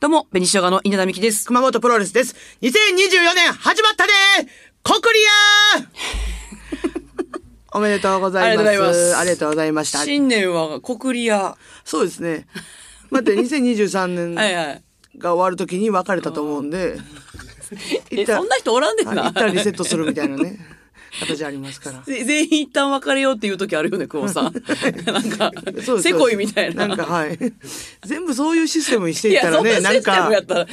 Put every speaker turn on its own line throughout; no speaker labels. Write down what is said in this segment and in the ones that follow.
どうも、紅生姜の稲田美希です。
熊本プロレスです。2024年始まったでコクリ アおめでとうございます。ありがとうございました。
新年は国リア。
そうですね。待 って、2023
はい
年
はい。
が終わるときに別れたと思うんで、
え、そんな人おらんでん
はい
な
一。旦リセットするみたいなね、 形ありますから。
ぜ全員一旦別れようっていう時あるよね、久保さ ん。なんか
そうで、す
せこいみたいな。
なんか、はい。全部そういうシステムにしてい
い
った
や、
ら
そんな
ね、な
シ
ん
ステムやっ
か、
たら、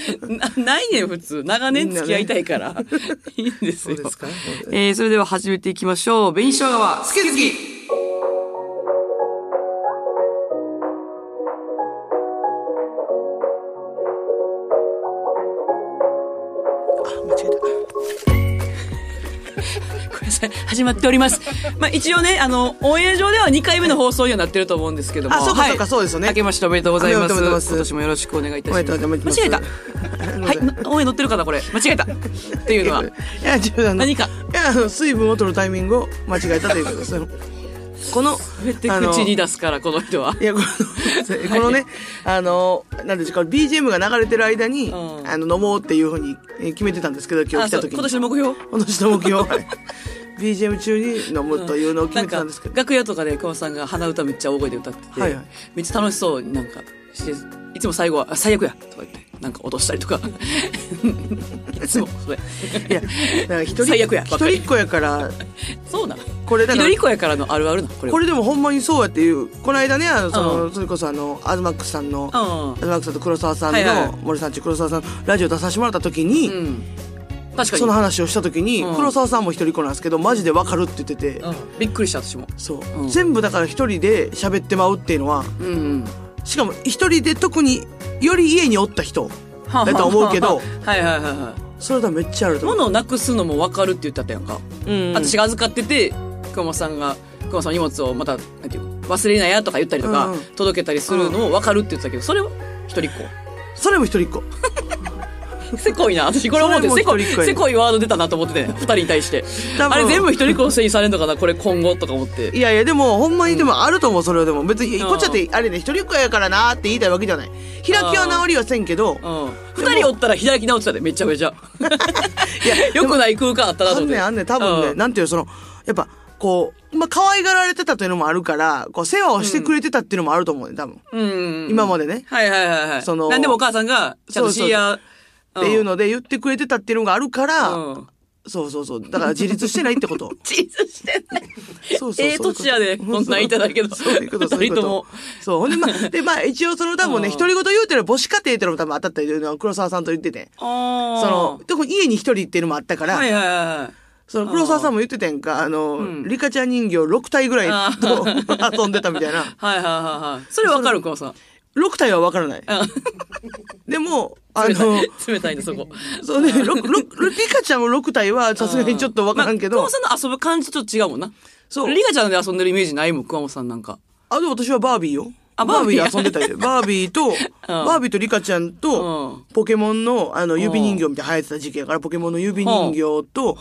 なないねん、普通。長年付き合いたいから。 いいんですよ。
そうですか
えーそれでは始めていきましょう。紅生姜は
好き好きあ、間違え
ごめんなさい始まっております。まあ一応ね、あの、オンエア上では2回目の放送にはなってると思うんですけども。
あそうか
はい
そうかそうですよね
明けましておめでとうございます。
おめでとうございます
今年もよろしくお願いいたします。
おめでとうございます
間違えた。はい、なオンエア乗ってるかな、これ。間違えた。っていうの は。
た。いや、違う、あの
何か
いや、あの水分を取るタイミングを 間違えたということです。この、
絶対
あの
口に出すから、この人は。
いやこのこのね、あのなんでしょうこれ BGM が流れてる間に、
うん
あの飲もうっていうふうにえー決めてたんですけど今
あそ
日来た
う
時に
今年の目標。
今年の目標はい BGM 中に飲むというのを決めてたんですけど、
なんか楽屋とかで久保さんが鼻歌めっちゃ大声で歌ってて、
はいはい
めっちゃ楽しそうになんかしていつも最後は「あ最悪や」とか言ってなんか落としたりとかいつもそれ
いやだから一人
最悪やば
一
っか
人
り
っ子やから
そうなの
これだから
緑子やからのあるあるなこれ
これでもほんまにそうやっていうこの間ねあのその、
うん
それこそあのアズマックスさんの、
うん
アズマックスさんと黒沢さんの、
はいはい
森さんち黒沢さんのラジオ出させてもらった時に、
うん確かに
その話をした時に、
うん
黒沢さんも一人っ子なんですけどマジでわかるって言ってて、
うんびっくりした私も
そう、
うん
全部だから一人で喋ってまうっていうのは
うんうん
しかも一人で特により家におった人だと思う けど
はいはいはいは
それはめっちゃある
い
と思う、
物をなくすのも分かるって言ったったやんか、
うんうん
私が預かってて熊本さんが熊本さんの荷物をまたなんていうの忘れなやとか言ったりとか、
うんうん
届けたりするのを分かるって言ってたけどそれは一人っ子
それも一人っ子
せこいな私これ思って
そ
せ
れも
こ
一
い
人っ子やね
せこいワード出たなと思 ってて、二人に対して
多分
あれ全部一人っ子のせいにされるのかなこれ今後とか思って
いやいやでもほんまにでもあると思うそれはでも別に
うん
こっちだってあれね一人っ子やからなって言いたいわけじゃない開きは治りはせんけど
うん二人おったら開き直ってたでめちゃ めちゃいやよくない空間あったなと
あ
思
ん
っ
ね
て
んあんねん多分ね、
うん
なんていうのそのやっぱこうまあ可愛がられてたというのもあるからこう世話をしてくれてたっていうのもあると思うね多分、
うん
今までね
はいはいはいはい。
その
何でもお母さんが、ちゃんとシーアー
っていう
の
ので言ってくれてたっていうのがあるから、
うん。
そうそうそうだから自立してないっ てこと
チーズしてない。
そうそうそう
ええ土地やで、こんなんいただけど。
そういうこと、そういう
二人とも
こ。と。そう。ほんで、まあ、で、まあ、一応その多分ね、
うん
独り言言うてる母子家庭っていうのも多分あったっていうのは黒沢さんと言ってて。
あ
その、特に家に一人っていうのもあったから、
はいはいはいはい。
その黒沢さんも言っててんか、あの、リカちゃん人形6体ぐらい
あ
と 遊んでたみたいな。
はいはいはいはい。それわかるかもさん。
6体はわからない。でも、あ
冷
の
たい、冷たいね、そこ。
そうね、ろくろくリカちゃんも6体はさすがにちょっとわからんけ
ま
ど、
あ熊本さんの遊ぶ感じとちょっと違うもんな。
そう
リカちゃんで遊んでるイメージないもん、熊本さんなんか。
あ、でも私はバービーよ。
あ
バービ
バービ
ー
ー
遊んで たよ。バービーと、バービーとリカちゃん
うん
と、ポケモンの、あの、指人形みたいな流行ってた時期やから、ポケモンの指人形
ほう
と、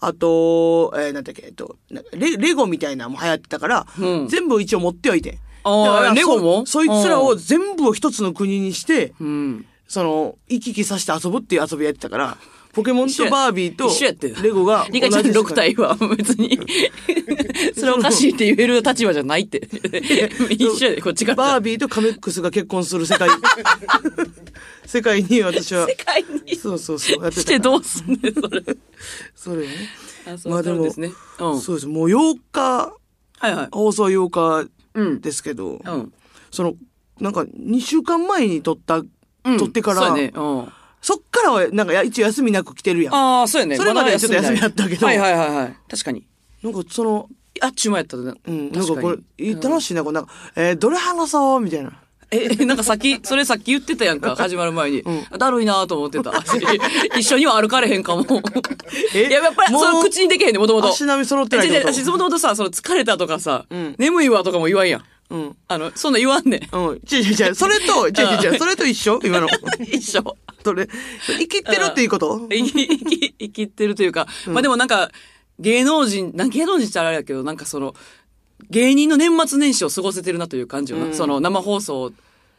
あと、えー、なんだっけ、えっと、なんかレレゴみたいなのも流行ってたから、
うん
全部一応持ってはいて。
あー
だから
レゴも
そそいつらを全部を一つの国にして、
うん。
その、行き来させて遊ぶっていう遊びやってたから、ポケモンとバービーと
一緒やって、
レゴが同
リ
じ
カ
で
ちゃん
すから
6体は別 に、それおかしいって言える立場じゃない って。一緒やで、こっちから。
バービーとカメックスが結婚する 世界。世界に私は
世。界に
そうそうそう。やって
して
た。
どうすんねんそれ。
それよね。
あ
まあでも
そうですね。うん。
そうです。もう8日、
はいはい。
放送8
うん
日。ですけど、
うん。
その、なんか2週間前に撮った、撮ってから、
そ
そ,、
うやね。うん。
っからはなんかや一応休みなく来てるやん。な
ああ、そうやね。
それまではちょっと休みやったけど
はいはいはいはい。確かに。
んかその、
あっちゅう前やったね。
うん、なん
確
か
に
これ、いい楽しいな、これなんか、えーどれ話そうみたいな。
え、 なんかさっき、それさっき言ってたやんか、始まる前に。だるいなと思ってた。 一緒には歩かれへんかも。い
え
や、やっぱり、
もう
その口にできへんね、もともと。
足並み揃ってないっ
違う違う
てこと
私、もともとさ、その疲れたとかさ、眠いわとかも言わんやん。
うん。
あの、そんなん言わんねん。
うん。違う違う違う。それ と、違う違う違う。それと一緒今の。
一緒。
それ、生きてるっていうこと
生き、生き、生きてるというか、まあでもなんか、芸能人、なん芸能人ってあれだけど、なんかその、芸人の年末年始を過ごせてるなという感じよな。その生放送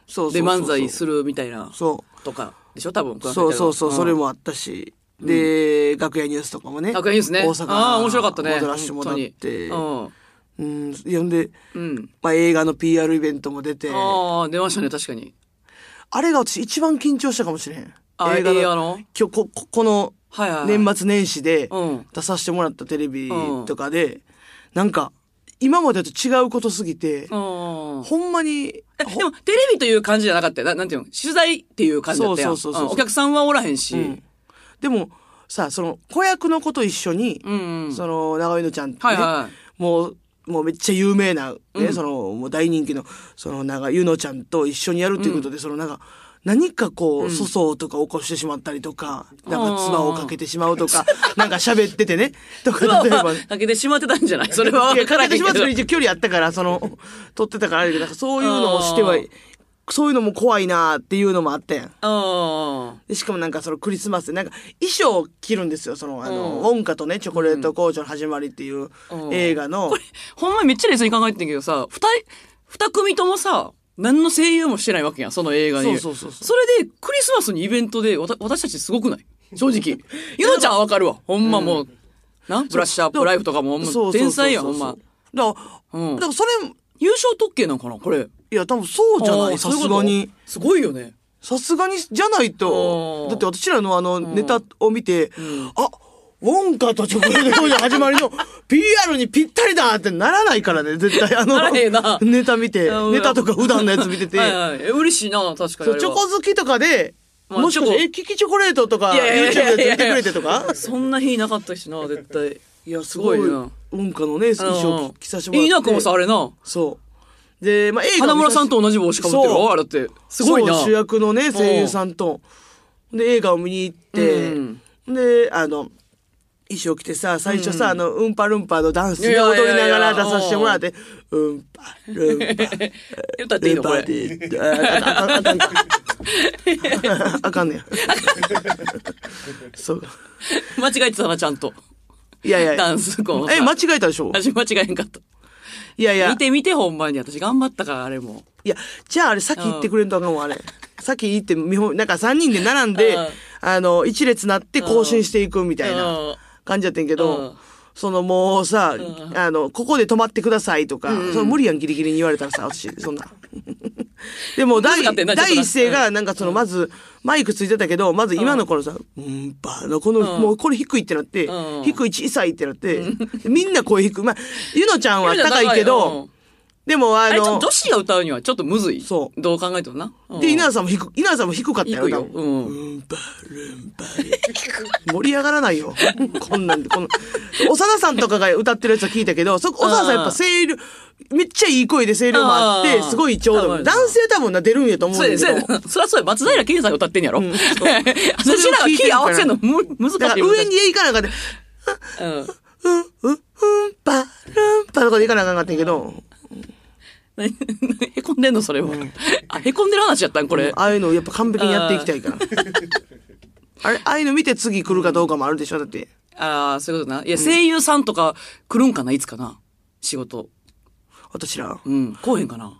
そうそう
で、
そうそう
漫才するみたいな、
そ
とかでしょ多分。
う。そうそうそう、
ん
それ。もあったし。で、楽屋ニュースとかもね。
あ、これいいですね。
大阪
ああ、面白かったね。
戻らせてもらって。
本
うん。呼んで、
当にうん。うん。
まあ映画の PR イベントも出て、あ
ああ、出ましたね、確かに。
れが私一番緊張したかもしれへん。
あ
の
映画の
今日こ、ここの
はいはいはい。
年末年始で
うん
出させてもらったテレビとかで、なんか、今までと違うことすぎ
う
て、
ん。
ほんまに、
えでも、テレビという感じじゃなかったよ。ななんていうの取材っていう感じだったやん。
そうそうそうそうん
お客さんはおらへんし。
うんでもさ、その子役の子と一緒に、
うんうん。
その長井のちゃんって、
は
ね
いは
もう、もうめっちゃ有名な、ね、
うん
その、もう大人気の、その長井ゆのちゃんと一緒にやるということで、そのなんか、何かこう、粗相とか起こしてしまったりとか、なんか唾をかけてしまう とか、なんか喋っててね、と
い。
か、例えば、
かけてしまってたんじゃないそれは分
いや、
からへん
かけ
け
てしまっ た
ど
ら。一応距離あったから、その、 撮ってたからあれだけど、なんかそういうのもしては
あー、
そういうのも怖いなーっていうのもあったやん。
あ
でしかもなんかそのクリスマスでなんか衣装を着るんですよ。そのあの、
うん
ウォンカとね、チョコレート工場の始まりっていう
うん
映画の、
ほんまにめっちゃ冷静に考えてんけどさ、二人、二組ともさ、何の声優もしてないわけやん、その映画に。
そうそうそうそう
れで、クリスマスにイベントで、わた私たちすごくない正 直。ゆのちゃんはわかるわ。ほんまもう、なブラッシュアップライフとかも、も
そううそうそうそう
天才やん、ほんま。
だから、
うん
だからそれ、
優勝特権なんかな、これ。
いや多分そうじゃ
あ
な
ー
い。
そ
さ
ういう
す
こと
がに。
すごいよね。
さすがに、じゃないと
うん。
だって私らのあの、ネタを見て、あ、ウォンカとチョコレート工場の始 まりの PR にぴったりだってならないからね、絶対あの
ならへんな、
ネタ見て
あ、うん
ネタとか普段のやつ見てて、
はいはい、え嬉しいな、確かにあれ
そ
は。
うチョコ好きとかで、
まあ
もしかし
チョ
て、
コ
え、キキチョコレートとか、
い
YouTube
やいやい
で
やいや
やってくれてとか
そんな日なかったしな、絶対。
いや、す
ごいな
文化のね、衣装着着させてもらって。
いいな、くもさ、あれな。
そう。で、まあ、映画
花村さんと
同
同じ帽子かぶってる
そう
わ、あれって。すごいな。
主役のね、声優さんと。で、映画を見に行って、
うん
で、あの、衣装着てさ、最初さ、あの、うんぱるんぱのダンス
い
で
やい
踊
やいや
りながら出させてもらって、うんぱるんぱ、
歌っていい
ル
の
ン
こ
パ
れ。
で、あああああかんか。あかんね や。そう。
間違えてたな、ちゃんと。
いやいや。
ダンスこうさ
え、間違えたでしょ
私間違えんかった。
いやいや
見。て見て、ほんまに。私頑張ったから、あれも。
いや、じゃああれ、先行ってくれんとあかんわ、あれ。先行って、見本、なんか3人で並んで
うん、
あの、一列なって更新していくみたい
うん
な感じやってんけ
うん
ど、そのもうさ、あの、ここで止まってくださいとか、その無理やん、ギリギリに言われたらさ、私、そんな。 でも、第
難しかったよなちょっと
第
な
一声が、なんかその、まず、マイクついてたけど、まず今の頃さ、うん、ばの、この、もうこれ低いってなって
うん、
低い小さいってなって、みんな声低い。まあ、ゆのちゃんは
ゆのちゃん
高いけ
う
ど
ん、
でも、あ
あれ、ちょっ
の
と、女子が歌うにはちょっとむずい。
そう
どう考えてもな。うん
で、稲田さんも低く、稲田さんも低かったよ。
低いよ
多
う
分
ん
うんばるんばる。盛り上がらないよ。 こんなんで、この、長田さんとかが歌ってるやつは聞いたけど、そこ、長田さんやっぱ声量、めっちゃいい声で声量もあっ
あ
て、
ー
すごいちょう
多
どい
分
い、男性多分な、出るんやと思うん
そう
だ
や、そ
け
う
ど。
や、そりゃそうや、松平健さんが歌ってんやろ。 私らはキー合わせるのむ難しい。
だから上に行かなあかんで、
うん。
うん、うん、うん、ばるんばとかで行かなあかんかったんやけど、
何何へこんでんのそれは。あ、へこんでる話やったんこれ。
ああいうのをやっぱ完璧にやっていきた いから。あれ、ああいうの見て次来るかどうかもあるでしょだって。
ああ、そういうことな。いや、声優さんとか来るんかないつかな仕事。
私ら、
うん。来おへんかな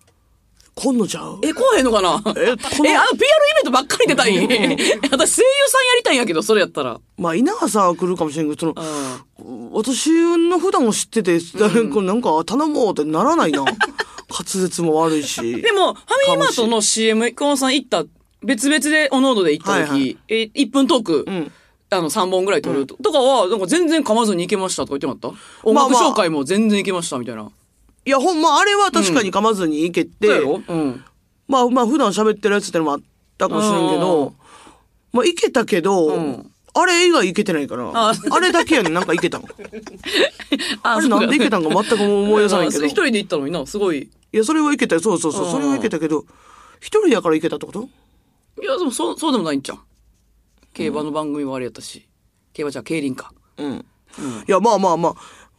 今度ちゃう
え、来おへんのかなえ、あ
え
の PR
この
イベントばっかり出た い。私声優さんやりたいんやけど、それやったら。
まあ、稲葉さんは来るかもしれんけど、その、
うん。
私の普段を知ってて、これなんか頼もうってならな いな。滑舌も悪いし。
でも、ファミリーマートの CM、久保さん行った、別々で、おのおので行った時、
はいはい
え、1分トーク、
ん
あの、3本ぐらい撮ると,、かは、なんか全然噛まずに行けましたとか言ってなかった音
まあ
楽
まあ
紹介も全然行けましたみたいな。
いや、ほんま、あれは確かに噛まずにいけて、
そうやろうん。
まあまあ、普段喋ってるやつってのもあったかもしれんけ
うん
ど、まあ、いけたけど、
ん
あれ以外いけてないから、
あ
あれだけやねん、なんかい けたの。
あ
あれなんでいけたんか全く思い出さ ないけど。
一
い
人で行ったのにな、すごい。
や、それはいけたよ。そうそうそう、それはいけたけど、一人やからいけたってこと
いや、でもそう、そうでもないんちゃう競馬の番組はあれやったし。競馬じゃあ競輪か。
うん。いや、まあまあまあ、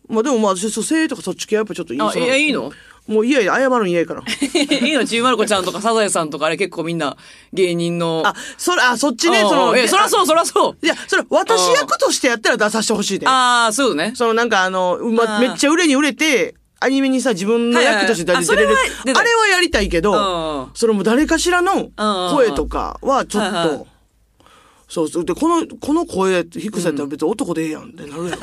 まあでもまあ、私、蘇生とかそっち系はやっぱちょっといい
あ、
そ
いうや、いいの
もう嫌や、謝るん嫌やか ら。
いいのちびまる子ちゃんとかサザエさんとかあれ結構みんな芸人の。
あ、それ、あ、そっちね、
うん
その、
え、そらそう、そらそう。
いや、それ、私役としてやったら出させてほしいで。
ああ、そういうことね。
その、なんかあの、うま、
あー
めっちゃ売れに売れて、アニメにさ、自分の役として出てれる
はいはいはいあそれは出。た
あれはやりたいけ
う
ど
ん、
それも誰かしらの声とかはちょ
は
っ
いは
と
い、
そうそう。で、この、この声低さやったら別に男でええやんってなるやん。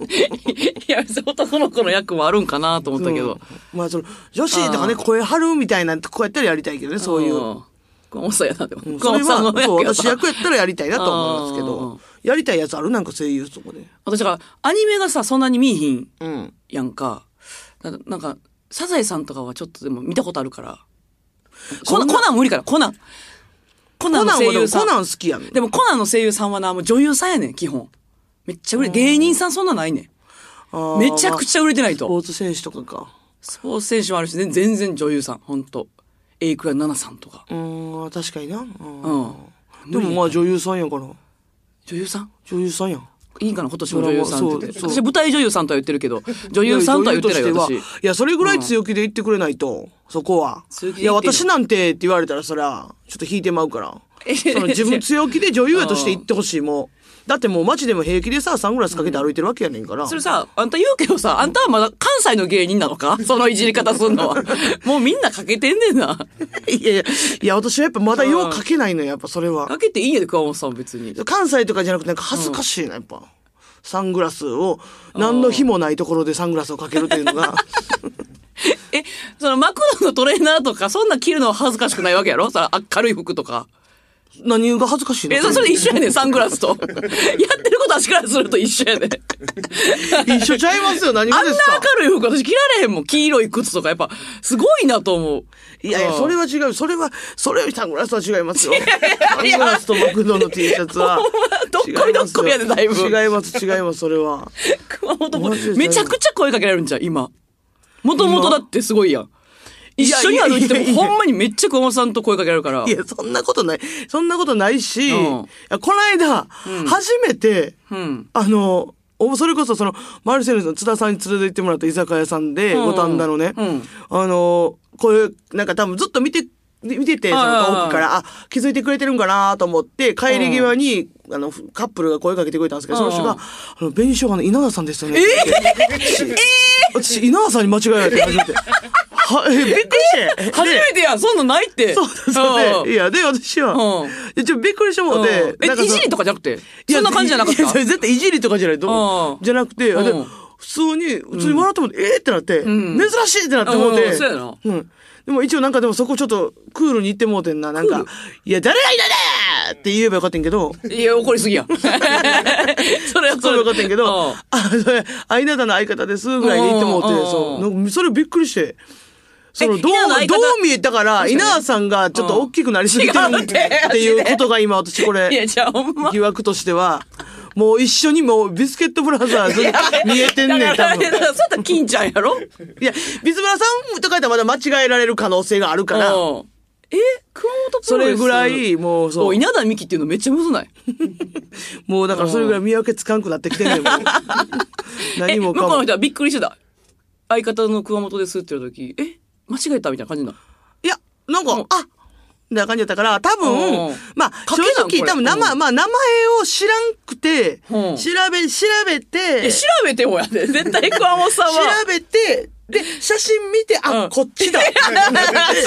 いや、別に男の子の役もあるんかなと思ったけど。
うん まあその、女子とかね、声張るみたいな、こうやったらやりたいけどね、そういう。
ん。熊本さんやな、でも。
うん
熊
それ
本さんの
は、
役
そう、
やな
私役やったらやりたいなと思いますけ
う
ど
ん、
やりたいやつあるなんか声優とかで。
私だから、アニメがさ、そんなに見えひん
うん。
やんか。ななんか、サザエさんとかはちょっとでも見たことあるから。コナン、コナン無理かな、コナン。コナ
コ
ンの
ナン
声
はでも
優さ
コ
ん。
ナン好きやん。
でもコナンの声優さんはな、もう女優さんやねん、基本。めっちゃ売れ、芸人さんそんなないねん。めちゃく
ゃ。
ちゃ売れてない
スポ
と。
ーツ選手とかか。
スポーツ選手もあるし、全全然女優さん、ほんと。エイクラナナさんとか。
うーん、確かにな。
うん。
うん。でもまあ女優さんやから。
女優さん
女優さんやん。
いいんかな今年も女優さんって言って
そうそう
私は舞台女優さんとは言ってるけど、女優さんとは言ってないよ、
いや女優と
私
して。はいや、それぐらい強気で言ってくれないと、そこは。
強気で
い
言
や、
ってよ
私なんてって言われたら、そりゃ、ちょっと引いてまうから。
え
その自分強気で女優やとして言ってほしい、もう。だってもう街でも平気でさ、サングラスかけて歩いてるわけやねんから。
それさ、あんた言うけどさ、あんたはまだ関西の芸人なの かそのいじり方すんのは。もうみんなかけてんねんな。
いやいや、いや、私はやっぱまだようかけないのよ、やっぱそれは。
かけていいやで、熊本さん別に。
関西とかじゃなくてなんか恥ずかしいな、やっぱ。サングラスを、何の日もないところでサングラスをかけるっていう のが。
え、そのマクドのトレーナーとか、そんなん着るのは恥ずかしくないわけやろその明るい服とか。
何が恥ずかしいの
え、そそれ一緒やねん、サングラス と。やってることはしからすると一緒やねん。
一緒ちゃいますよ、何
あ
が
ん
で
な
すか。
明るい服私着られへんもん。黄色い靴とか、やっぱ、すごいなと思う。
いやいや、
うん
それは違う。それは、それよりサングラスは違いますよ。サ
いや
ングラスとマクドの T シャツは。
どっこいどっこいやで、だいぶ。
違います、違います、それは。
熊本
マジで
めちゃくちゃ声かけられるんじゃん今もともとだってすごいやん一緒に歩いて
いやいや
も
いや
ほんまにめっちゃ熊本さんと声かけられるから
いや、そんなことない。そんなことないし、
うん
いやこの間、初めて、
うん
あの、おそれこそその、マルセルの津田さんに連れて行ってもらった居酒屋さんで、
うん
五反田のね、
うん
あの、こういう、なんか多分ずっと見て、見てて、その
はいはいはい
遠くから、あ、気づいてくれてるんかなと思って、帰り際に、あの、ふカップルが声かけてくれたんですけど、その人
う
が
ん、
あの、紅生姜の稲田さんですよね。えー、私、稲田さんに間違えられて、初めて。は、え、びっくりして。
初めてやんそんなんないって
そうそうで、いや、で、私は、
うん
いやちょっとびっくりしてもう
うん
て、なんか
えい
その
じりとかじゃなくて
いや
そんな感じじゃなかっ
いやそ
た
れ絶対いじりとかじゃないと
う。ん
じゃなくて、あで
うん
普通に、普通に笑っても、えーってなって、
ん
珍しいってなって思っ
う
て
んそうやな。
うん。でも一応なんかでもそこちょっとクールに言ってもうてんな。なんか、いや、誰がいただって言えばよかったんやけど、
いや怒りすぎや んそれは
そうよかったんやけ
う
ど
ん、
あ、それ、あいなたの相方ですぐらいに言ってもうて、
うんうん
そう。なんかそれびっくりして。その、
え
どう
稲田の、相方
どう見えたから、稲田さんがちょっと大きくなりすぎてる
うん違うって
っていうことが今私これ。
いやじゃあほんま
疑惑としては、もう一緒にもうビスケットブラザ ーズ見えてんねん、
だか
多
らだ
分。
からそうやったら金ちゃんやろ
いや、ビスブラさんとかやったらまだ間違えられる可能性があるから、
うんえ熊本プ
そ
ロレス
れぐらい、もうそ
お
う、
稲田美希っていうのめっちゃむずない
もうだからそれぐらい見分けつかんくなってきてんね ん、もう。
え
何
向
も
こ
か
うの
も。
人はびっくりしてた相方の熊本ですって言う時え間違えたみたいな感じなの
いや、なんか、あみたいな感じだったから、多
う
分
ん、
まあ、
賭
正
けなん
直、
これ
多分名前、
う
まあ、名前を知らんくて、
うん
調べ、調べ
え
て、
調べてもや で絶対熊本さん
調
は
べて、で、写真見て、あ、
うん
こっちだ。
しっ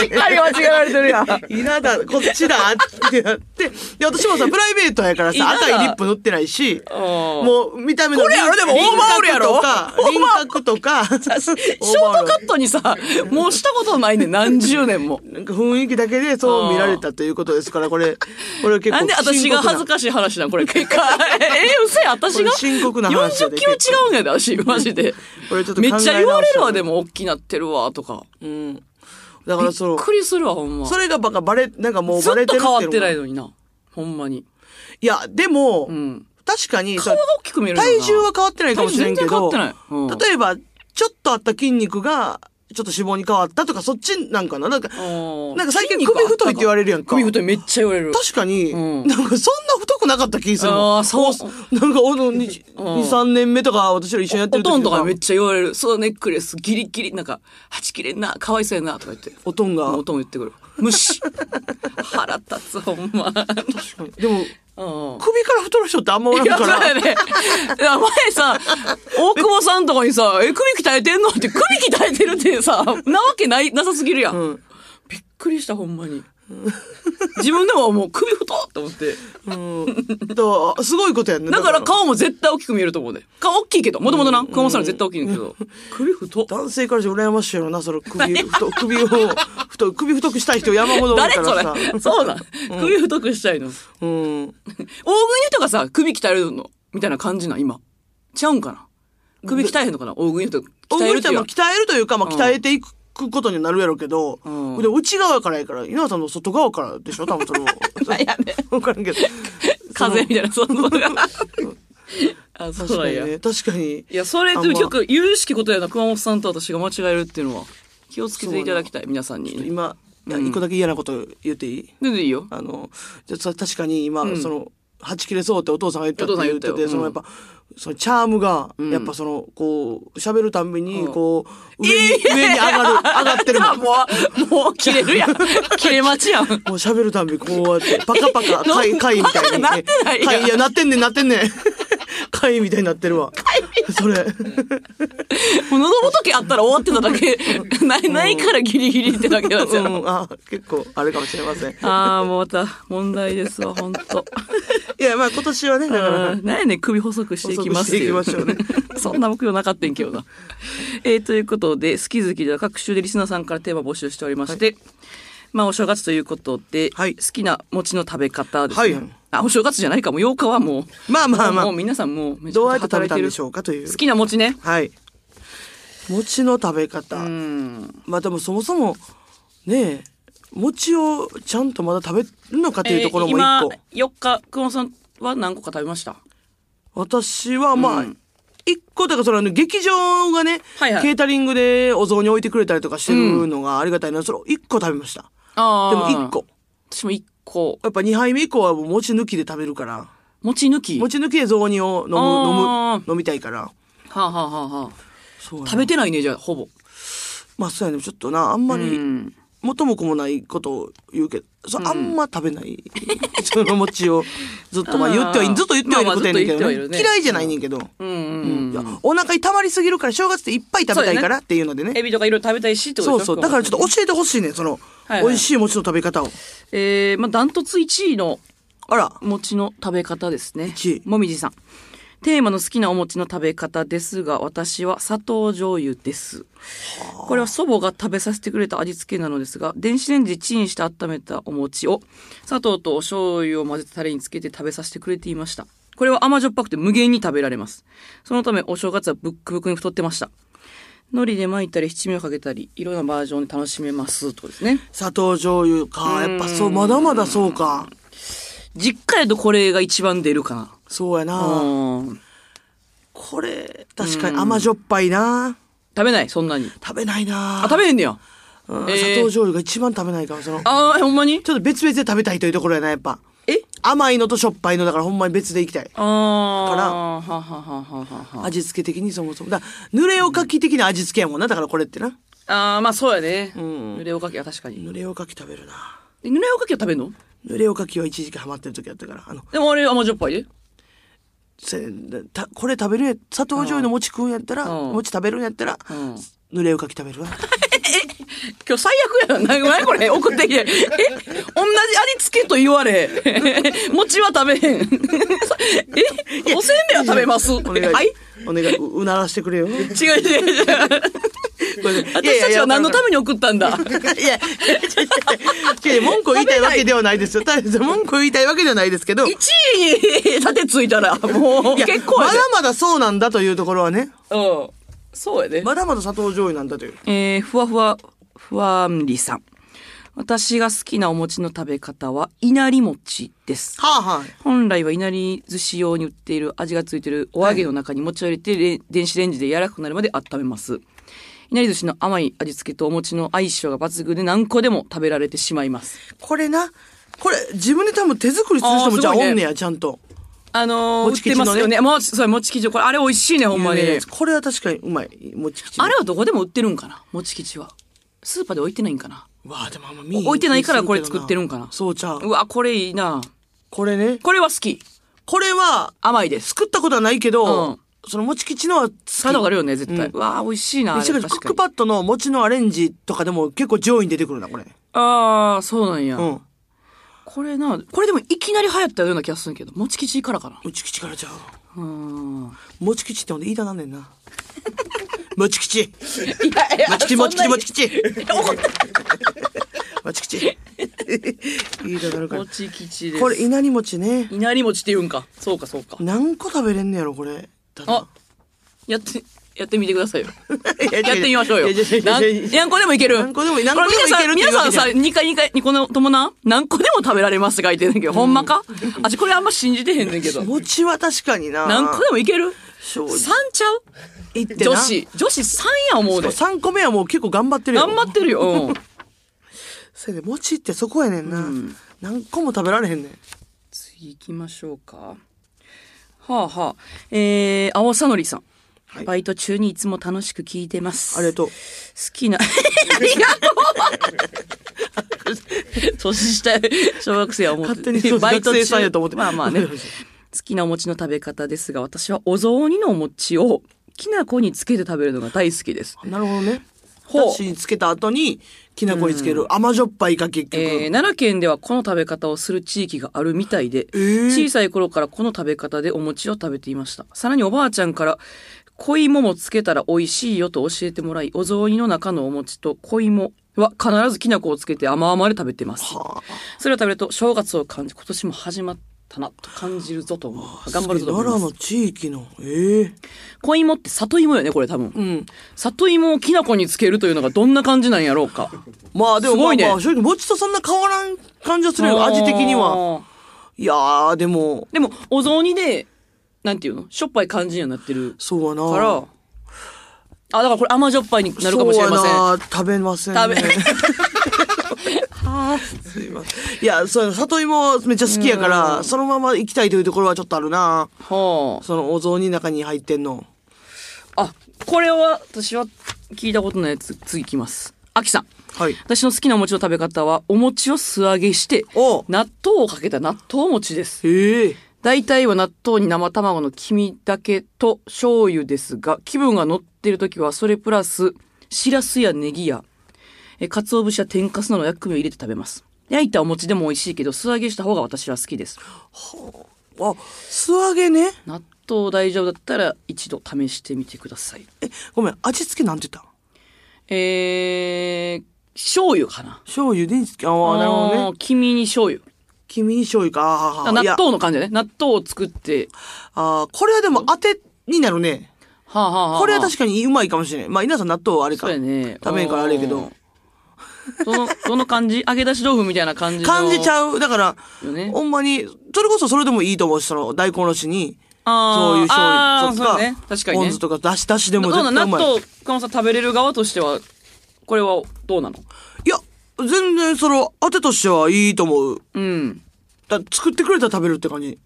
かり間違えられてるやん
稲田、こっちだってなって、で、私もさ、プライベートやからさ、
稲田
赤いリップ塗ってないし、
も
もう見た目の
これやろでも
輪
オーバーオールやろ
輪郭とか、輪郭と か、
ショートカットにさもうしたことないね何十年も
なんか雰囲気だけでそう見られたということですから、これ、こ れ結構
なんで私が恥ず
か
かしい話なんこれ結果 え嘘や私が
これ深刻な話や
40
で
キロ違うんやで私マジで
これちょっと考
め
え
っ
直し
ち
た
ゃ言われるわでも大きなってるわとか
うん。だからそ
びっ
の、
くりするわほんま
それがバカバレ、なんかもう
ず
バ
っ
レ
と
てるってい
変
うの
わ
が
ってないのになほんまに
いや、でも、
うん
確かに、
顔が大きく見えるのかな
体重は変わってないかもしれんけど、
体重全然変わってないうん
例えば、ちょっとあった筋肉が、ちょっと脂肪に変わったとか、そっちなんかななんか、
な
なんか最近首太いって言われるやんか
首太いめっちゃ言われる。
確かに、
うん
なんかそんな太くなかった気するの
あーそう
おなんか、おの、に2、3年目とか、私ら一緒にやって
お
る時
とんとかめっ
ち
ちゃ言われる。そのネックレスギリギリ、なんか、はちきれんな、かわいそうやな、とか言っ て。
おとんが
お、とん言ってくる。無視。腹立つ、ほんま。
確かにでも、
うん
首から太る人ってあんまおらん
いや、
か
そう
ら
や。ね。いや前さ、大久保さんとかにさ、え、首鍛えてんのって、首鍛えてるってさ、なわけない、なさすぎるやん。
うん
びっくりした、ほんまに。自分でももう首太っと思って。
うん。と、すごいことやんね。
だから顔も絶対大きく見えると思うで。顔大きいけど、もともとな、熊本さんは絶対大きいんだけど。首太っ。
男性からして羨ましいよな、その首、太首を、太、首太くしたい人山ほど多 い
誰
か
そ
らさ。
れそうなん。首太くしたいの。大食
うん。
いの人がさ、首鍛えるの、みたいな感じなん、今。ちゃうんかな首鍛えへんのかな大食いの人鍛えるっ
大ってて
いう
も
よ
う鍛えるというか、まあ、鍛えていく。ことになるやろうけど、
うん
で内側からやから、稲葉さんの外側からでしょ多分 その、
なんやねん
分からんけど。
風邪みたいな、そういうのが。 あ、
確
そう
か
なん
に
や。
ね。確かに。
いや、それ、
あんま
よく、有識ことやな、熊本さんと私が間違えるっていうのは、気をつけていただきたい、皆さんに。
今、いや一個だけ嫌なこと言っていい、
全然いいよ。
あの、じゃあさ確かに今、その、はち切れそうってお父さんが言ったって
お父さん
言
言
っ
った
て
よ
て、その
う
や
ん
っぱ、そのチャームが、やっぱその、こう、喋るたんびに、こう、上に、上に 上がる、上がってるもん。も
もう、もう、切れ るやん。切れ待ちやん。
う喋るたんびこうやって、パカパカ、貝、貝みたいに。
パカパカなってないやん
貝いや、なってんねん、なってんねん。貝みたいになってるわ。それ。
もう喉仏あったら終わってただ け、ない、ないからギリギリってだけなんです
う
よ。
ん、あ、結構、あれかもしれません。い
ああ、もうまた、問題ですわ、ほんと。
や、まあ今年はね、だから、
うんなんやねん、首細くしていきますっていう
細くしていきま
そんな目標なかったんけどな。えーということで、好き好きでは各種でリスナーさんからテーマ募集しておりまして、まあ、お正月ということで、
はい
好きな餅の食べ方ですね。
はい
あ、お正月じゃないか、もう8日はもう。
まあまあまあ
もうもう皆さんもうめちゃ
どうや
く
っ
ち
て
ゃ働
食べ
い
た
て
ん
る
でしょうかという
好。きな餅ね。
はい。餅の食べ方。
うん。
まあでもそもそもねえ餅をちゃんとまだ食べるのかというところも
えー
一個、
今、4日、久保さんは何個か食べました
私はまあ、一個だからそれあの劇場がね、
はいはい
ケータリングでお雑煮置いてくれたりとかしてるのがありがたいな、それを一個食べました
あ
でも一個。
私も1個。
やっぱ二杯目以降はもう餅抜きで食べるから
餅抜き。は
餅抜きで雑煮を飲む
あー
飲む飲みたいから
あ、はあはあはあ、
そうやな
食べてないね、じゃあ、ほぼ。
まあそうやねちょっとなあんま
う
り
ん。
元も子もないことを言うけど、そうあんま食べない、 その餅をずっと、まあ
あー
言ってはいんずっと言ってはいることやねんけど、ね
まあまあずっと言ってはいるね
嫌いじゃないねんけど、
うんうん
う。んいやお腹に溜まりすぎるから正月っていっぱい食べたいからっていうのでね
エビとかいろいろ食べたいしってこ
そ
と
う
でし
そ
ょ
うだからちょっと教えてほしいねんその、
はいはい
美味しい餅の食べ方を
えー、まあ、ダントツ1位の
あら
餅の食べ方ですね
一位。
もみじさん。テーマの好きなお餅の食べ方ですが、私は砂糖醤油です。これは祖母が食べさせてくれた味付けなのですが、電子レンジでチンして温めたお餅を砂糖とお醤油を混ぜてタレにつけて食べさせてくれていました。これは甘じょっぱくて無限に食べられます。そのためお正月はブックブックに太ってました。海苔で巻いたり七味をかけたり、いろんなバージョンで楽しめます。ということですね。
砂糖醤油かやっぱそうまだまだそうか
実家やとこれが一番出るかな。
そうやな、
うん
これ確かに甘じょっぱいな
食べない、そんなに。
食べないな
あ、食べへんねや。
うん
えー
砂糖醤油が一番食べないからそのちょっ
あー、ほんまに
と別々で食べたいというところやなやっぱ
え
甘いのとしょっぱいのだからほんまに別でいきたい
ああ。
から
はははははは。
味付け的にそもそもだ濡れおかき的な味付けやもんなだからこれってな
あー、まあそうやね。
ん
濡れおかきは確かに。
濡れおかき食べるな
え濡れおかきは食べんの
濡れおかきは一時期ハマってる時やったからあの
でもあれ甘じょっぱいで。
せたこれ食べるや砂糖醤油の餅食うんやったら
うん
餅食べるんやったら
ん
濡れおかき食べる わ
今日最悪やな。何何こ れ送ってきて。え同じ味付けと言われ。 餅は食べへん。え おせんべいは食べます。
お願い、
はい
お願いううならしてく れよ
違う違う違う。私たちは何のために送ったんだ
いやいやいや文句を言いたいわけではないですよ大変文句を言いたいわけではないですけど
?1 位に立てついたら、もう
いや
結構
ま
や
だ
で
まだそうなんだというところはね
うん。そうやね。
まだまだ砂糖醤油なんだという
えー、ふわふわ、ふわんりさん。私が好きなお餅の食べ方は、いなり餅です。
はあはあ
本来はいなり寿司用に売っている味がついているお揚げの中に餅を入れて、れ電子レンジで柔らかくなるまで温めます。いなり寿司の甘い味付けとお餅の相性が抜群で何個でも食べられてしまいます。
これな、これ自分で多分手作りする人もじゃあ
あーすごいね
おんねや、ちゃんと。
あのー、
餅
売って
吉の
ま
ね
すよね。もち、そうや、餅吉。これ、あれ美味しいね、ほんまに。
有名なやつこれは確かにうまい、餅吉。
あれはどこでも売ってるんかな餅吉は。スーパーで置いてないんかな
わあ、でもあんま見
置いてないからこれ作ってるんかな
そうちゃう。
うわ、これいいな
これね。
これは好き。
これは、
甘いです。
作ったことはないけ
う
ど、
ん
その餅吉のは好き
佐渡があるよね、絶対。
うん
うわあ、美味しいな。あれ
一緒にク
確
ッ
か
ク
に
パッドの餅のアレンジとかでも結構上位に出てくるな、これ。
ああ、そうなんや、
うん。
これな、これでもいきなり流行ったような気がするけど、もち吉からかな。
餅吉からちゃう。
うーん。
餅吉ってほんで言いたなんねんな。餅吉
いやいや
餅吉
そん
餅
なに
吉餅吉餅吉言いたなるから
も。ち吉です。
これ、稲荷餅ね。
いなり餅って言うんか。そうか、そうか。
何個食べれんねやろ、これ。ただ
あ、やって、やってみてください よ。
や
やってみましょうよ。
いやいやいや
ない
やいや
ん何個でもいける。
何個でも何個でもいける
これ皆さん、皆さんさ、2回2回、この友な、何個でも食べられますが言ってんねんけど、ほんまかあ、ちこれあんま信じてへんねんけど。
餅は確かにな。
何個でもいける
正
?3
直
ちゃう
いってな
女子。女子3や思うで。
3個目はもう結構頑張ってるよ。
頑張ってるよ。うん。
それで、餅ってそこやねんな。何個も食べられへんねん。
次行きましょうか。はあはあ。えー、青さのりさん。
はい
バイト中にいつも楽しく聞いてます。
ありがとう
好。きな、あ りがとう年下、小学生は思って
勝手にそう
バイト
学
中
生さんやと思って。
まあまあね。 好
う
きなお餅の食べ方ですが、私はお雑煮のお餅をきな粉につけて食べるのが大好きです。
んなるほどね。
ほう
だしにつけた後に、きな粉につける甘じょっぱいが結局。
えー奈良県ではこの食べ方をする地域があるみたいで、
ー
小さい頃からこの食べ方でお餅を食べていましたさらにおばあちゃんから小芋もつけたら美味しいよと教えてもらいお雑煮の中のお餅と小芋は必ずきな粉をつけて甘々で食べてます
は
それを食べると正月を感じ今年も始まったなと感じるぞと思う
あ
頑張るぞと思い
奈
ます
良の地域の、ええ
小芋って里芋よねこれ多分、
うん。
里芋をきな粉につけるというのがどんな感じなんやろうか
まあでも
す
ま
ご
あ
いね
まあ正直餅とそんな変わらん感じはするよ、味的に
あ
は。
ー
いやー、でも、
でも、お雑煮で、なんていうのしょっぱい感じにはなってる
そうやな。
から、あ、だからこれ甘じょっぱいになるかもしれません。
そうやな食べません、ね。
食べ
すいません。いや、そうやな里芋めっちゃ好きやから、そのまま行きたいというところはちょっとある
は
な。そのお雑煮の中に入ってんの。
あ。あ、これは、私は聞いたことないやつ、次いきます。あきさん。
はい。
私の好きなお餅の食べ方は、お餅を素揚げして、
お
納豆をかけた納豆餅です。
へえ。
大体は納豆に生卵の黄身だけと醤油ですが、気分が乗ってる時はそれプラス、しらすやネギや、え、鰹節や天かすなどの薬味を入れて食べます。焼いたお餅でも美味しいけど、素揚げした方が私は好きです。
あ、素揚げね。
納豆大丈夫だったら一度試してみてください。
え、ごめん、味付けなんて言った
えー、醤油かな。
醤油でいいんですかああ、なるほど
あ
ね。
ー黄身に醤油。
黄身醤油か。あー
納
いや
豆の感じだね。納豆を作って、
あー、これはでも当てになるね。
はあ、はあはあ、
これは確かにうまいかもしれない。まあ、稲さん納豆はあれか。
そうやね
食べんからあれやけ
う
ど
ん。その、どの感じ揚げ出し豆腐みたいな感じの。
感じちゃう。だから、
よね
ほんまに、それこそそれでもいいと思うし、その大根おろしに、
あー
そういう醤
あー
油と
そう
か、
ね確かにね
ポン酢とか、だしだしで
ど
も
う
絶
なの
対う
納
まい。
豆、岡本さん食べれる側としては、これはどうなの
いや、全然その、当てとしてはいいと思う。
うん。
だ作ってくれたら食べるって感じ。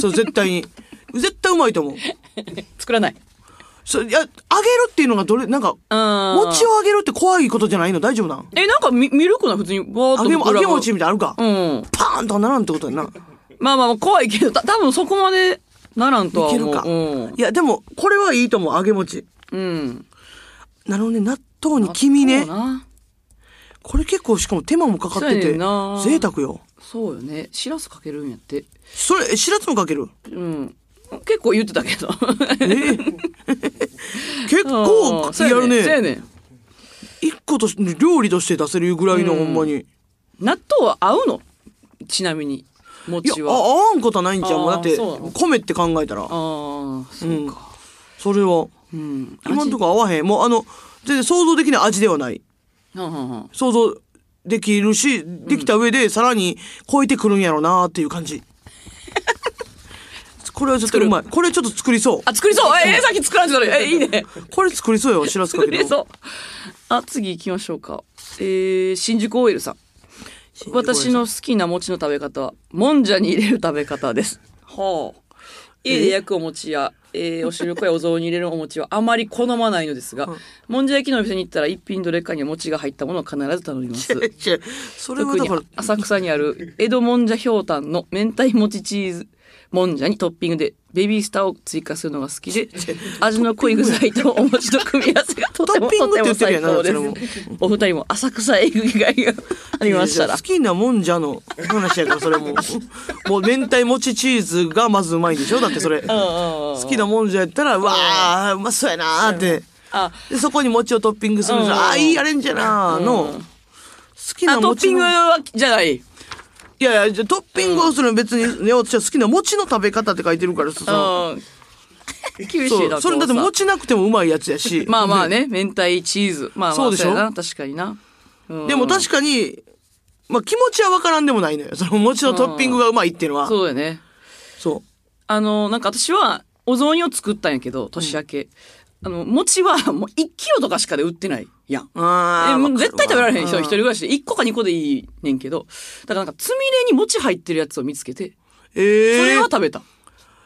そう、絶対 に。絶対うまいと思う。
作らない。
そういや、揚げるっていうのがどれ、なんか、
うん。
餅を揚げるって怖いことじゃないの大丈夫なん
え、なんかみ、ミルクな普通に、ぼーっ
揚
と
げも、
膨
揚
らむ
げ餅みたいなのあるか。
うん。
パーンとはならんってことやな。
まあまあまあ、怖いけど、た多分そこまでならんとはい
け
思う。
るか。
うん
いや、でも、これはいいと思う、揚げ餅。
うん。
なるほどね、納豆に黄身ね
そう。な。
これ結構しかも手間もかかって
そうや
て
ねんな
贅沢よ
そうよね。しらすかけるんやって。
それえしらつもかける
うん。結構言ってたけど。
えー結構
そう
やる
そうや
ね
ねん。
一個とし料理として出せるぐらいのほんまに
納豆は合うのちなみに。
いや
餅
あ
は。
合わんことはないんちゃうもう
あ
だ
ー
って
そうなの
米って考えた
ああ
ら
ー、そうか。
それは
うん。
今ん
味
とこ合わへんもうあの全然想像できない味ではない
はんはんはん
想像できるしできた上でさらに超えてくるんやろうなっていう 感じこれはちょっとうまいこれちょっと作りそう
あ、作りそうえー、さっき作らんじゃないえ、いいね。
これ作りそうよしらつか
作
け
り
る
そう。あ、次行きましょうか。えー、新宿 OL さん。私の好きな餅の食べ方は、もんじゃに入れる食べ方です。はあ。家で焼くお餅や、え ーお汁粉やお雑煮に入れるお餅はあまり好まないのですが、もんじゃ焼きのお店に行ったら一品どれかには餅が入ったものを必ず頼み ます。
いやそれは
特
だ
に
から、
浅草にある江戸もんじゃひょうたんの明太もちチーズもんじゃにトッピングでベビースターを追加するのが好き で味の濃い具材とお餅の組み合わせがとても
トッピン
と
グ
て
って言
も
って
最
るやんな
高です
それも
お二人も浅草えぐいがいがありました
いや
ら
好きなもんじゃの話やから、そ れも。もう明太もちチーズがまずうまいんでしょだってそれ。
好
好きなもんじゃやったら、わあ、うまそうやなーって。
あ
で、そこに餅をトッピングするんじゃ
うん
ああ、いいアレンジやなーの、
うん
好き
あ
な
トッ
餅
ピング
の。
はじゃない
いやいや、じゃあトッピングをするの別に、ね、私は好きな餅の食べ方って書いてるから、その
うん厳し
そ
いうな
それだって
こうさ
餅なくてもうまいやつやし。
まあまあね明太チーズまあまあ
そうでしょ
やな確かになうん
でも確かに、まあ気持ちはわからんでもないのよ。その餅のトッピングがうまいっていうのは。
そうだよね
そう。
あの、なんか私は、お雑煮を作ったんやけど、年明け。あの、餅はもう1キロとかしかで売ってないやん。
あ
え
あ。
もう絶対食べられへん人、
わかるわ
一人暮らしで。1個か2個でいいねんけど。だからなんか、つみれに餅入ってるやつを見つけて、
ええ
それを食べた。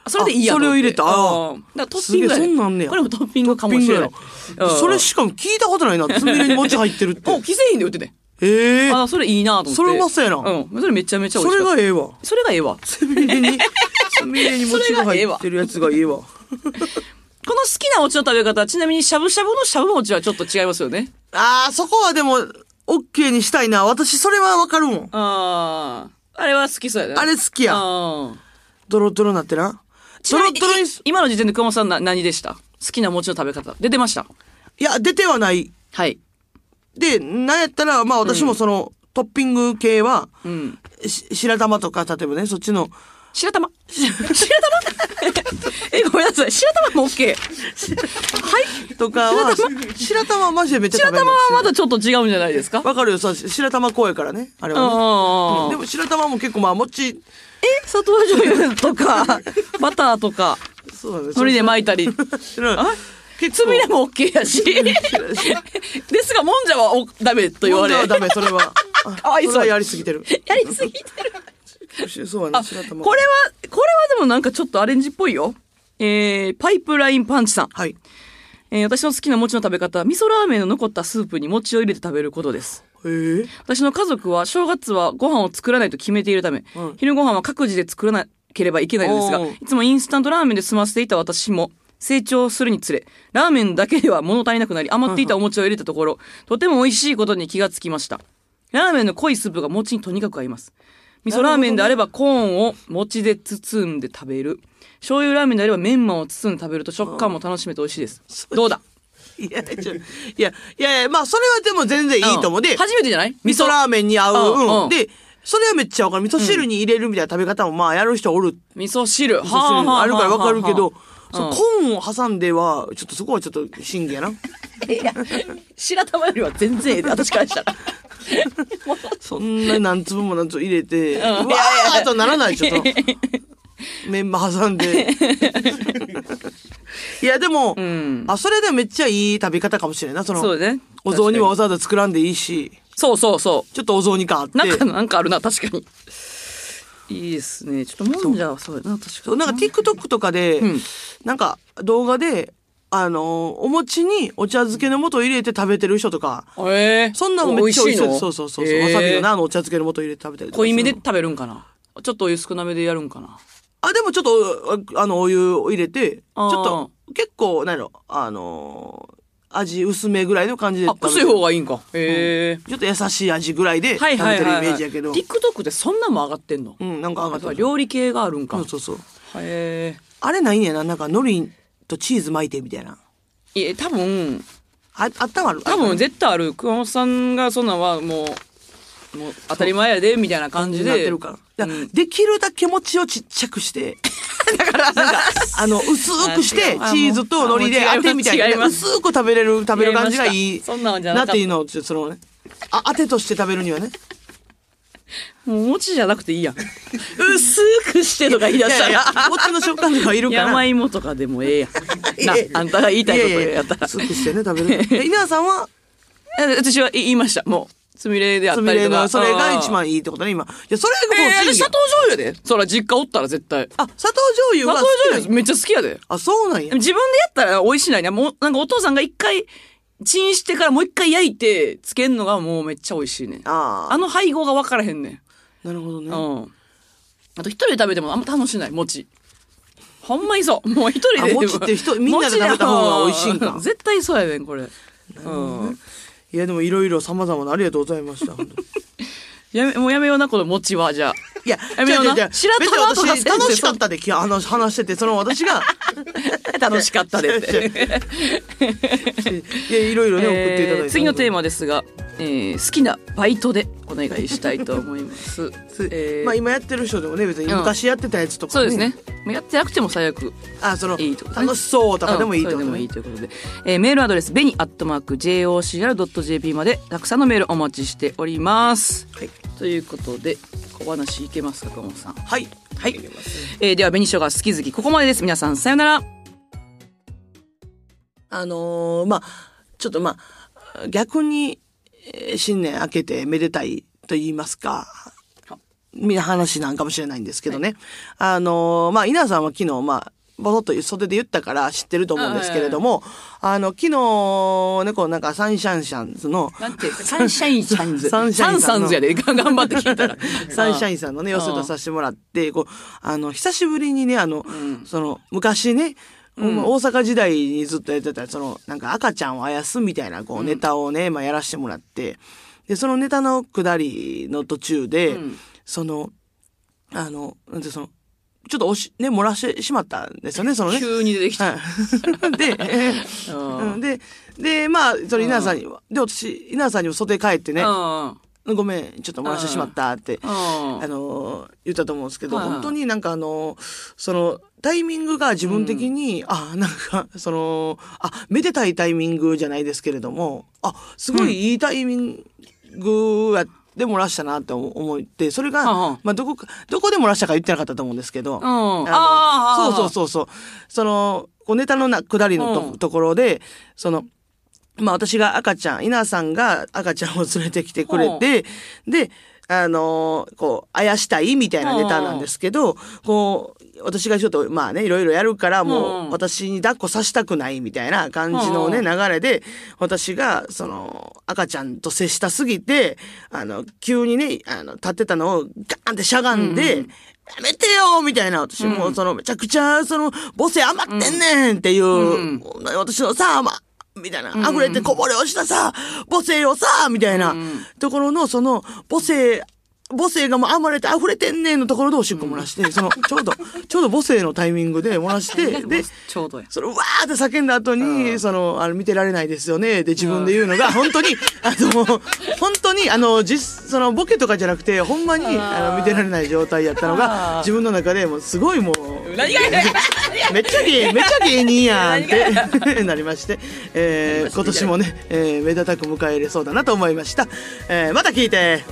それでいいやと思って
あそれを入れたあー
うんだからトッピングだ
すげえそんなんあんねや
これもトッピングかもしれない
トッピングや。それしかも聞いたことないな。つみれに餅入ってる って
もう。既製品で売ってて。
ええ
あ、それいいなと思って。
それうまそうやな
うん。それめちゃめちゃ美
そ
味しか
れ
った。
がええわ。
それがええわ。
つみれ に、つみれに餅が入ってるやつがええわ。
この好きな餅の食べ方、ちなみにしゃぶしゃぶのしゃぶ餅はちょっと違いますよね。
ああ、そこはでも、オッケーにしたいな。私、それはわかるもん。
ああ。あれは好きそうやね。
あれ好きや
あー
ドロドロなってな。
ち
ド
な
ロ
みに
ドロにす、
今の時点で久保さんな何でした好きな餅の食べ方。出てました。
いや、出てはない。
はい。
で、なんやったら、まあ私もその、トッピング系は、
うん。
し白玉とか、例えばね、そっちの、
白玉。 白玉 え、ごめんなさい。白玉も OK。はい。
とかは、白玉はマジでめっちゃ
白
食べ
玉
るんで
は
すよ
まだちょっと違うんじゃないですか
わかるよ、そう白玉怖いからね、あれはね。
あ
で
あ。
も白玉も結構まあ餅、
え砂糖醤油とか、 バターとか、
そうだね。
海苔で巻いた り。
白
あ
結
つ
構
みれも OK やし。 ですが、もんじゃはおダメと言わ
飲ん
れ。
ではダメ、それ は。あ
かわいそう
それはやりすぎてる。
やりすぎてる。
そうや
あ
ね、白玉。
これは、これはでもなんかちょっとアレンジっぽいよ。えー、パイプラインパンチさん。
はい。
えー私の好きな餅の食べ方は、味噌ラーメンの残ったスープに餅を入れて食べることです。
えー、
私の家族は、正月はご飯を作らないと決めているため、
うん
昼ご飯は各自で作らなければいけないのですが
おう、
いつもインスタントラーメンで済ませていた私も、成長するにつれ、ラーメンだけでは物足りなくなり、余っていたお餅を入れたところ、とても美味しいことに気がつきました。ラーメンの濃いスープが餅にとにかく合います。味噌ラーメンであればコーンを餅で包んで食べる。醤油ラーメンであればメンマを包んで食べると食感も楽しめて美味しいです。どうだ
いや、ちょいや、いやいや、まあそれはでも全然いいと思う。
ん
で、
初めてじゃない
味噌ラーメンに合う。
うん
うん
うん
で、それはめっちゃわかる。味噌汁に入れるみたいな食べ方もまあやる人おる。
味噌汁。
味噌汁あるからわかるけ
はあはあ
ど、
はあ
そうコーンを挟んでは、ちょっとそこはちょっと審議やな。
白玉よりは全然ええで、 私からしたら。
そんなに何粒も何粒入れて、うわ
いやい
ーっとならないでしょ、そのメンマ挟 んで。いや、でも、
ん
あ、それでめっちゃいい食べ方かもしれんな、その、
そうだね。
お雑煮は
は
わざわざ作らんでいいし、
そうそうそ
ちょっとお雑煮かあって
う。。なんか、なんかあるな、確かに。いいですね。ちょっともんじゃはそうやな、確か
そう
に。
なんか TikTok とかで、
ん
なんか動画で、あの、お餅にお茶漬けの素を入れて食べてる人とか、
えー
そんなのめっちゃ美味しい
の
そうそうそうそう、
えー
わさびのな、あのお茶漬けの素入れて食べたりとか
濃いめです
る
食べるんかなちょっとお湯少なめでやるんかな
あ、でもちょっと、ああの、お湯を入れて、ち
あ
ょ
ー
っと、結構、なんやろ、あのー味薄めぐらいの感じで
あ、
食べ
薄
て
い方がいいんか。へえ。
ちょっと優しい味ぐらいで食
はい
べ
はい
てる
は
イ
い。
メージやけど。
TikTok でそんなんも上がってんの
うん、なんか上が
あ
った
と。料理系があるんか。
そうそうそう。
へ
あれないんやな、なんか海苔とチーズ巻いてみたいな。
え。いや、多分、
あ、あったまる
多分絶対ある。熊本さんがそんなんはもう、もう当たり前やで、みたいな感じ
になって
で。
るから。だ
うん
できるだけ餅をちっちゃ くして。だから、なんか、あの、薄くして、
あ違う
チーズと海苔で
あもう違います
当てみたい
違い
な。
ます
薄く食べれる、食べる感じがい
違い
い
ま。したそんなんじゃな
な
かった
っていうのを、ちょっとそのね。あ、当てとして食べるにはね。
もう餅じゃなくていいやん。薄くしてとか言い
い
出し
や
た
いや
ら。、
餅の食感とかいるから。
山芋とかでもええや
いやい
ん。
や
な、あんたが言いたいこと
や
や
や
ったら。
薄くしてね、食べる。え稲田さんは、
え私は言いました。もう、つみれであっ
つ
た
み
り
れ
とか。
の、それが一
うん
番いいってことね、今。いや、それ
え
が
ー、
もう
私
次、
砂糖醤油やで。そら、実家おったら絶対。
あ、砂糖醤油
砂
が
糖
好き
醤
なんや
油めっちゃ好きやで。
あ、そうなん
でも
や。
自分でやったら美味しないね。もう、なんかお父さんが一回、チンしてからもう一回焼いて、つけんのがもうめっちゃ美味しいね。
あ
あの配合が分からへんねん。
あ。なるほどね。
うん。あと一人で食べてもあんま楽しない、餅。ほんまに そう。もう一人で。
あ餅って人みんなで食べた方が美味しいんか
餅で絶対そうやねん、これ。うん。
いや、でもいろいろ様々なありがとうござい ました。本当に
やめ、もうやめような、この餅は、じゃあ。
いや、
や
違
めよ
う
う
違
な
う違う。別
白玉
に
とか
私
全然
楽しかったで、き話話してて、その私 が、
楽しかったで って。
いや、いろいろね、送っていただい
え
て。
ー次のテーマですが、えー好きなバイトでお願いしたいと思い ます。えー
まあ今やってる人でもね、別に昔やってたやつとか、
そうですね。。もうやってなくても最悪。
あ、その、
いいってことね
楽しそうとかでもいいってこと
うんそれでもい
ね
い。ということで、えーメールアドレスベニアットマーク jocr.jp までたくさんのメールお待ちしております、
はい
ということでお話いけますか久保さん
はい。
はい、えーでは紅しょが好き好きここまでです皆さんさよなら
あのーまあ、ちょっとまあ、逆に、えー新年明けてめでたいと言いますか、みんな話なんかもしれないんですけどね。あのーまあ、稲田さんは昨日、まあ、ぼそっと袖で言ったから知ってると思うんですけれども、あ,、の、昨日、ね、こうなんかサンシャンシャンズの、
なんてサンシャインサンズ
サ
サ
ン
ン
シャインさ
サ
んの
ンズやで頑張って聞いたら
サンシャイ
ン
ンさんのね、寄せ出させてもらって、こう、あの、久しぶりにね、あの、その、昔ね、ほんま大阪時代にずっとやってた、その、なんか赤ちゃんをあやすみたいな、こう、ネタをね、まあ、やらせてもらって、で、そのネタの下りの途中で、
うん
その、あの、なんてその、ちょっとおし、ね、漏らしてしまったんですよね、そのね。
急に出てきた、
はい。 で、えー
うん
うんで、で、まあ、それ稲田さんに、で、私、稲田さんにも袖帰ってね、
うん
ごめん、ちょっと漏らしてしまったって、
うん
あのー言ったと思うんですけど、
はいはい
本当になんかあのーそのタイミングが自分的に、あなんかそのあめでたいタイミングじゃないですけれどもあすごいいいタイミングやでもらしたなって思思ってそれが、
はあはあ
まあ、どこかどこでもらしたか言ってなかったと思うんですけど、
あ
の
あああ
そうそうそうそうそのこうネタのな下りのと,、
うん
ところでそのまあ私が赤ちゃん、稲さんが赤ちゃんを連れてきてくれて、で、あのーこう、あやしたいみたいなネタなんですけど、こう、私がちょっと、まあね、いろいろやるから、
う
も
ん
う、私に抱っこさせたくないみたいな感じのね、
うん
流れで、私が、その、赤ちゃんと接したすぎて、あの、急にね、あの、立ってたのをガーンってしゃがんで、やめてよみたいな、私もうその、めちゃくちゃ、その、母性余ってんねんっていう、
うん
私のさ、まあ、みたいな、溢れてこぼれ落ちたさ、母性をさ、みたいな、ところの、その、母性、母性がもうあまれて溢れてんねんのところでおしっこ漏らして、その、ちょうど、ちょうど母性のタイミングで漏ら して、で、
ちょう どや
その、わーって叫んだ後に、その、あの、見てられないですよね、で自分で言うのが、本当に、あの、本当に、あの、実、その、ボケとかじゃなくて、ほんまに、あの、見てられない状態やったのが、自分の中でもうすごいもう、
何がや
めっちゃ芸、めっちゃ芸人やんって、 なりまして、えー今年もね、えー目立たく迎え入れそうだなと思いました。えーまた聞いて。